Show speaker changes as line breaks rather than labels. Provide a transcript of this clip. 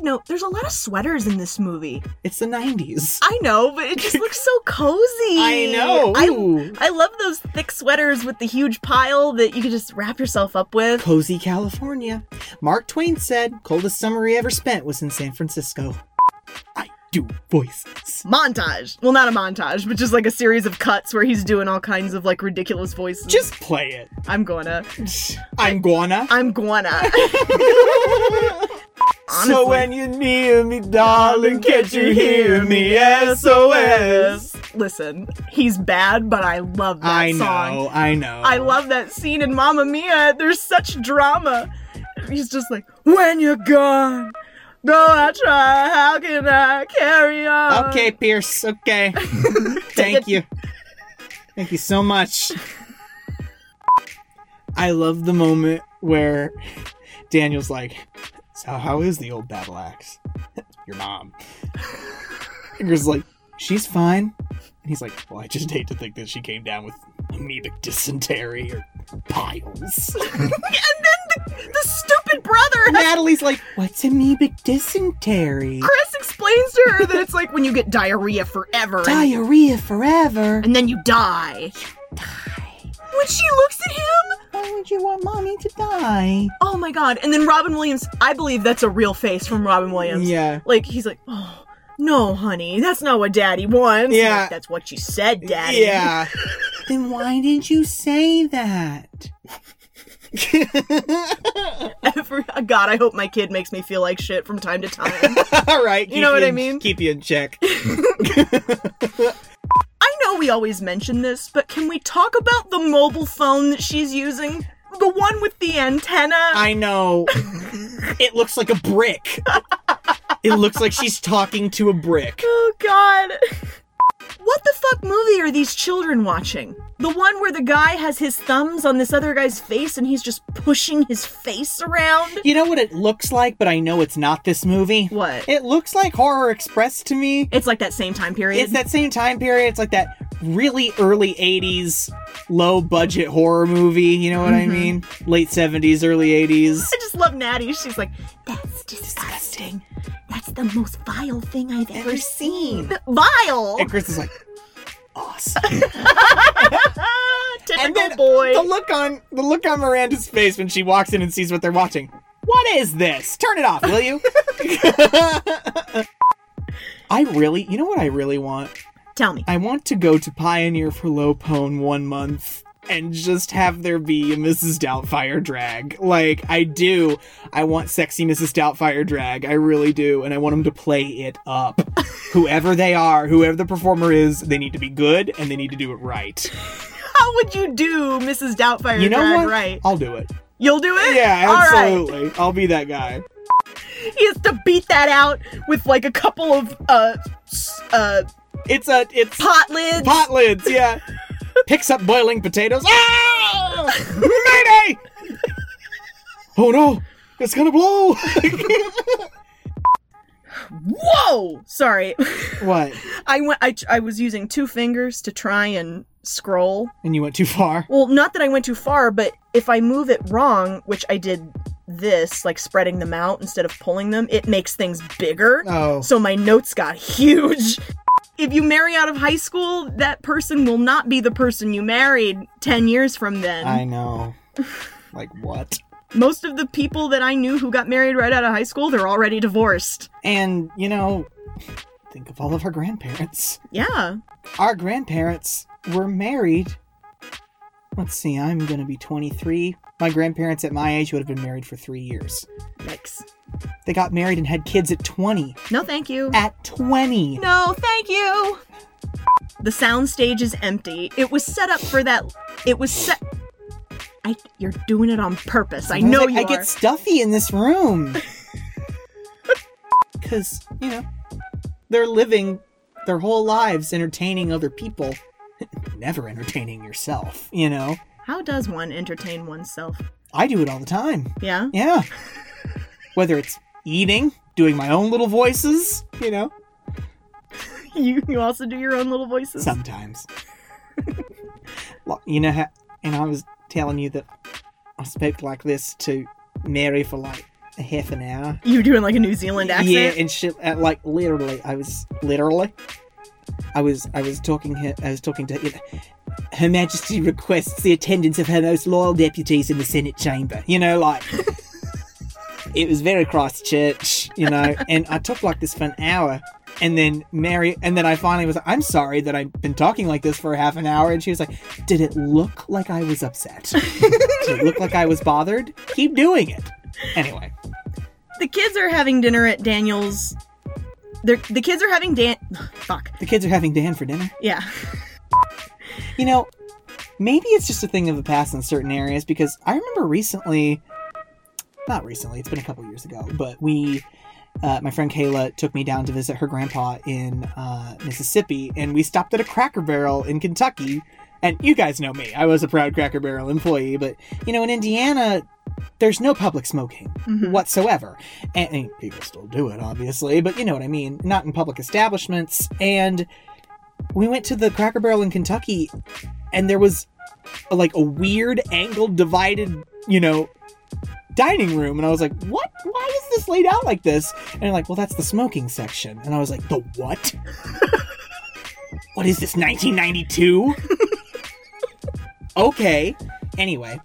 lot of sweaters in this movie.
It's the 90s.
I know, but it just looks so cozy.
I know. Ooh.
I, I love those thick sweaters with the huge pile that you can just wrap yourself up with.
Cozy California. Mark Twain said, coldest summer he ever spent was in San Francisco. I do voices.
Montage. Well, not a montage, but just like a series of cuts where he's doing all kinds of like ridiculous voices.
Just play
I'm gonna.
it. I'm gonna.
I'm gonna. Honestly.
So when you need me, darling, can't you hear me? SOS.
Listen, he's bad, but I love that
I
song.
know, I know.
I love that scene in Mamma Mia. There's such drama. He's just like, when you're gone, though I try, how can I carry on?
Okay, Pierce. Okay. Thank you. Thank you so much. I love the moment where Daniel's like, So, how is the old battle axe? Your mom. Finger's like, She's fine. And he's like, Well, I just hate to think that she came down with amoebic dysentery or piles.
The stupid brother.
Natalie's like, What's amoebic dysentery?
Chris explains to her that it's like when you get diarrhea forever and,
Diarrhea forever.
and then you die. When she looks at him,
Why would you want mommy to die?
oh my god. And then Robin Williams, I believe that's a real face from Robin Williams.
Yeah.
Like he's like, oh no, honey, that's not what Daddy wants. I'm
Yeah.
like, that's what you said, Daddy.
Yeah. then why didn't you say that?
Every, uh, God, I hope my kid makes me feel like shit from time to time.
All right.
You
keep
know what I
in-
mean?
Keep you in check.
I know we always mention this, but can we talk about the mobile phone that she's using? The one with the antenna.
I know. it looks like a brick. It looks like she's talking to a brick.
oh God. What the fuck movie are these children watching? The one where the guy has his thumbs on this other guy's face and he's just pushing his face around?
You know what it looks like, but I know it's not this movie.
What?
It looks like Horror Express to me.
It's like that same time period.
It's that same time period. It's like that really early 80s low budget horror movie. You know what I
Mm-hmm.
mean? Late 70s, early 80s.
I just love Natty. She's like, that's disgusting. That's the most vile thing I've ever, seen. Vile!
And Chris is like, awesome.
Ah, Typical
and then
boy.
the look on the look on Miranda's face when she walks in and sees what they're watching. What is this? Turn it off, will you? I really, you know what I really want?
Tell me.
I want to go to Pioneer for Lopone one month and just have there be a Mrs. Doubtfire drag. Like, I do. I want sexy Mrs. Doubtfire drag. I really do. And I want them to play it up. whoever they are, whoever the performer is, they need to be good and they need to do it right.
How would you do Mrs. Doubtfire
You know
drag
what?
right?
I'll do it.
You'll do it?
Yeah,
All right.
absolutely. I'll be that guy.
He has to beat that out with like a couple of uh s- uh
It's a it's
pot lids.
pot lids, yeah. Picks up boiling potatoes. Ah! Mayday! Oh no, it's gonna blow.
Whoa! Sorry.
what?
I went I I was using two fingers to try and scroll.
And you went too far.
Well, not that I went too far, but if I move it wrong, which I did this, like spreading them out instead of pulling them, it makes things bigger.
Oh.
So my notes got huge. If you marry out of high school, that person will not be the person you married 10 years from then.
I know. Like what?
Most of the people that I knew who got married right out of high school, they're already divorced.
And, you know, think of all of our grandparents.
Yeah.
Our grandparents were married. Let's see, I'm gonna be 23. My grandparents at my age would have been married for three years.
Yikes.
They got married and had kids at 20.
No, thank you.
At 20.
No, thank you. The soundstage is empty. It was set up for that. It was set. I, you're doing it on purpose. I know
like,
you
I
are.
get stuffy in this room. Because, you know, they're living their whole lives entertaining other people, never entertaining yourself, you know?
How does one entertain oneself?
I do it all the time.
Yeah.
Yeah. Whether it's eating, doing my own little voices, you know,
You you also do your own little voices.
sometimes. Lo- you know how, and I was telling you that I spoke like this to Mary for like half an hour.
You doing like a New Zealand accent?
Yeah, and shit. uh, Like literally, I was literally, I was, I was talking. Her, I was talking to. It, her Majesty requests the attendance of her most loyal deputies in the Senate chamber. You know, like it was very Christchurch. You know, and I took like this for an hour. And then Mary, and then I finally was like, I'm sorry that I've been talking like this for half an hour. And she was like, Did it look like I was upset? Did it look like I was bothered? Keep doing it. Anyway.
the kids are having dinner at Daniel's. They're, the kids are having Dan. Fuck.
The kids are having Dan for dinner.
Yeah.
You know, maybe it's just a thing of the past in certain areas because I remember recently, not recently, it's been a couple years ago, but we, uh, my friend Kayla took me down to visit her grandpa in uh, Mississippi and we stopped at a Cracker Barrel in Kentucky. And you guys know me, I was a proud Cracker Barrel employee, but you know, in Indiana, there's no public smoking
Mhm.
whatsoever. And, and people still do it, obviously, but you know what I mean. Not in public establishments. And we went to the Cracker Barrel in Kentucky, and there was a, like a weird angled, divided, you know, dining room. And I was like, what? Why is this laid out like this? And they're like, well, that's the smoking section. And I was like, the what? what is this, 1992? okay. Anyway,